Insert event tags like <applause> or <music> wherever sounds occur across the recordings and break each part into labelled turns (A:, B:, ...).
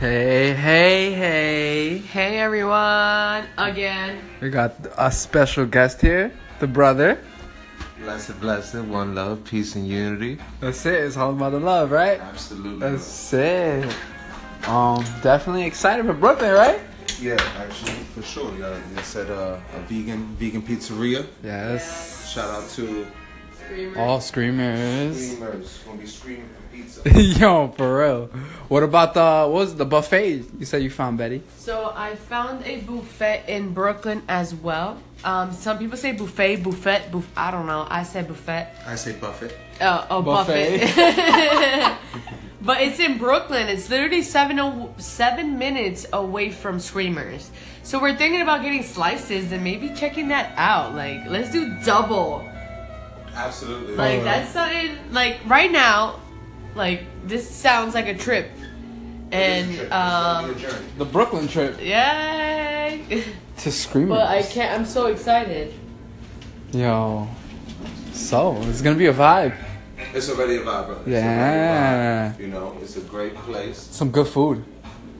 A: Hey, hey, hey.
B: Hey everyone, again.
A: We got a special guest here, the brother.
C: Blessed, blessed, one love, peace, and unity.
A: That's it. It's all about the love, right?
C: Absolutely.
A: That's it. Um, definitely excited for Brooklyn, right?
C: yeah, actually, for sure. Yeah, it's at uh, a vegan vegan pizzeria.
A: Yes.
C: Shout out to
B: Screamer.
A: All screamers. <laughs>
C: Screamers. Gonna be screaming for pizza.
A: Yo, for real. What about the what was the buffet you said you found, Betty?
B: So I found a buffet in Brooklyn as well. Um, some people say buffet, buffet, buff. I don't know. I say buffet.
C: I say buffet.
B: Uh, oh, buffet. <laughs> but it's in Brooklyn. It's literally seven o- seven minutes away from Screamers. So we're thinking about getting slices and maybe checking that out. Like, let's do double.
C: Absolutely.
B: Like
A: Alright.
B: that's something like right now, like this sounds like a trip. And um
A: The Brooklyn trip
B: yay.
A: to screamers.
B: but I can't I'm so excited.
A: Yo. So it's gonna be a vibe.
C: it's already a vibe, brother. It's
A: Yeah.
C: already a vibe. You know, it's a great place.
A: Some good food.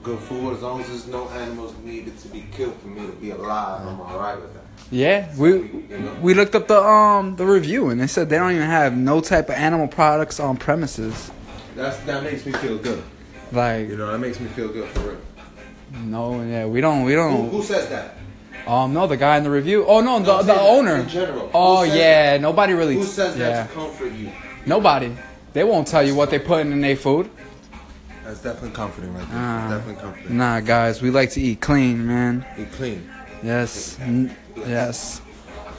C: Good food. As long as there's no animals needed to be killed for me to be alive, I'm alright with that.
A: Yeah, we we looked up the um the review and they said they don't even have no type of animal products on premises.
C: That's that makes me feel good.
A: Like
C: You know, that makes me feel good for real.
A: no, yeah, we don't we
C: Who,
A: don't
C: who says that?
A: um no the guy in the review. Oh no, the
C: I'm
A: the
C: saying
A: owner.
C: in general.
A: Oh
C: Who says
A: yeah, nobody really.
C: Who says
A: yeah.
C: that to comfort you?
A: Nobody. They won't tell you what they putting in their food.
C: That's definitely comforting right there.
A: Ah.
C: definitely comforting.
A: Nah, guys, we like to eat clean, man.
C: Be clean.
A: Yes, N- yes.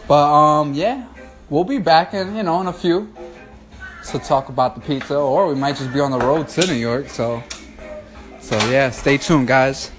A: But um yeah, we'll be back in you know in a few to talk about the pizza, or we might just be on the road to New York. So so yeah, stay tuned, guys.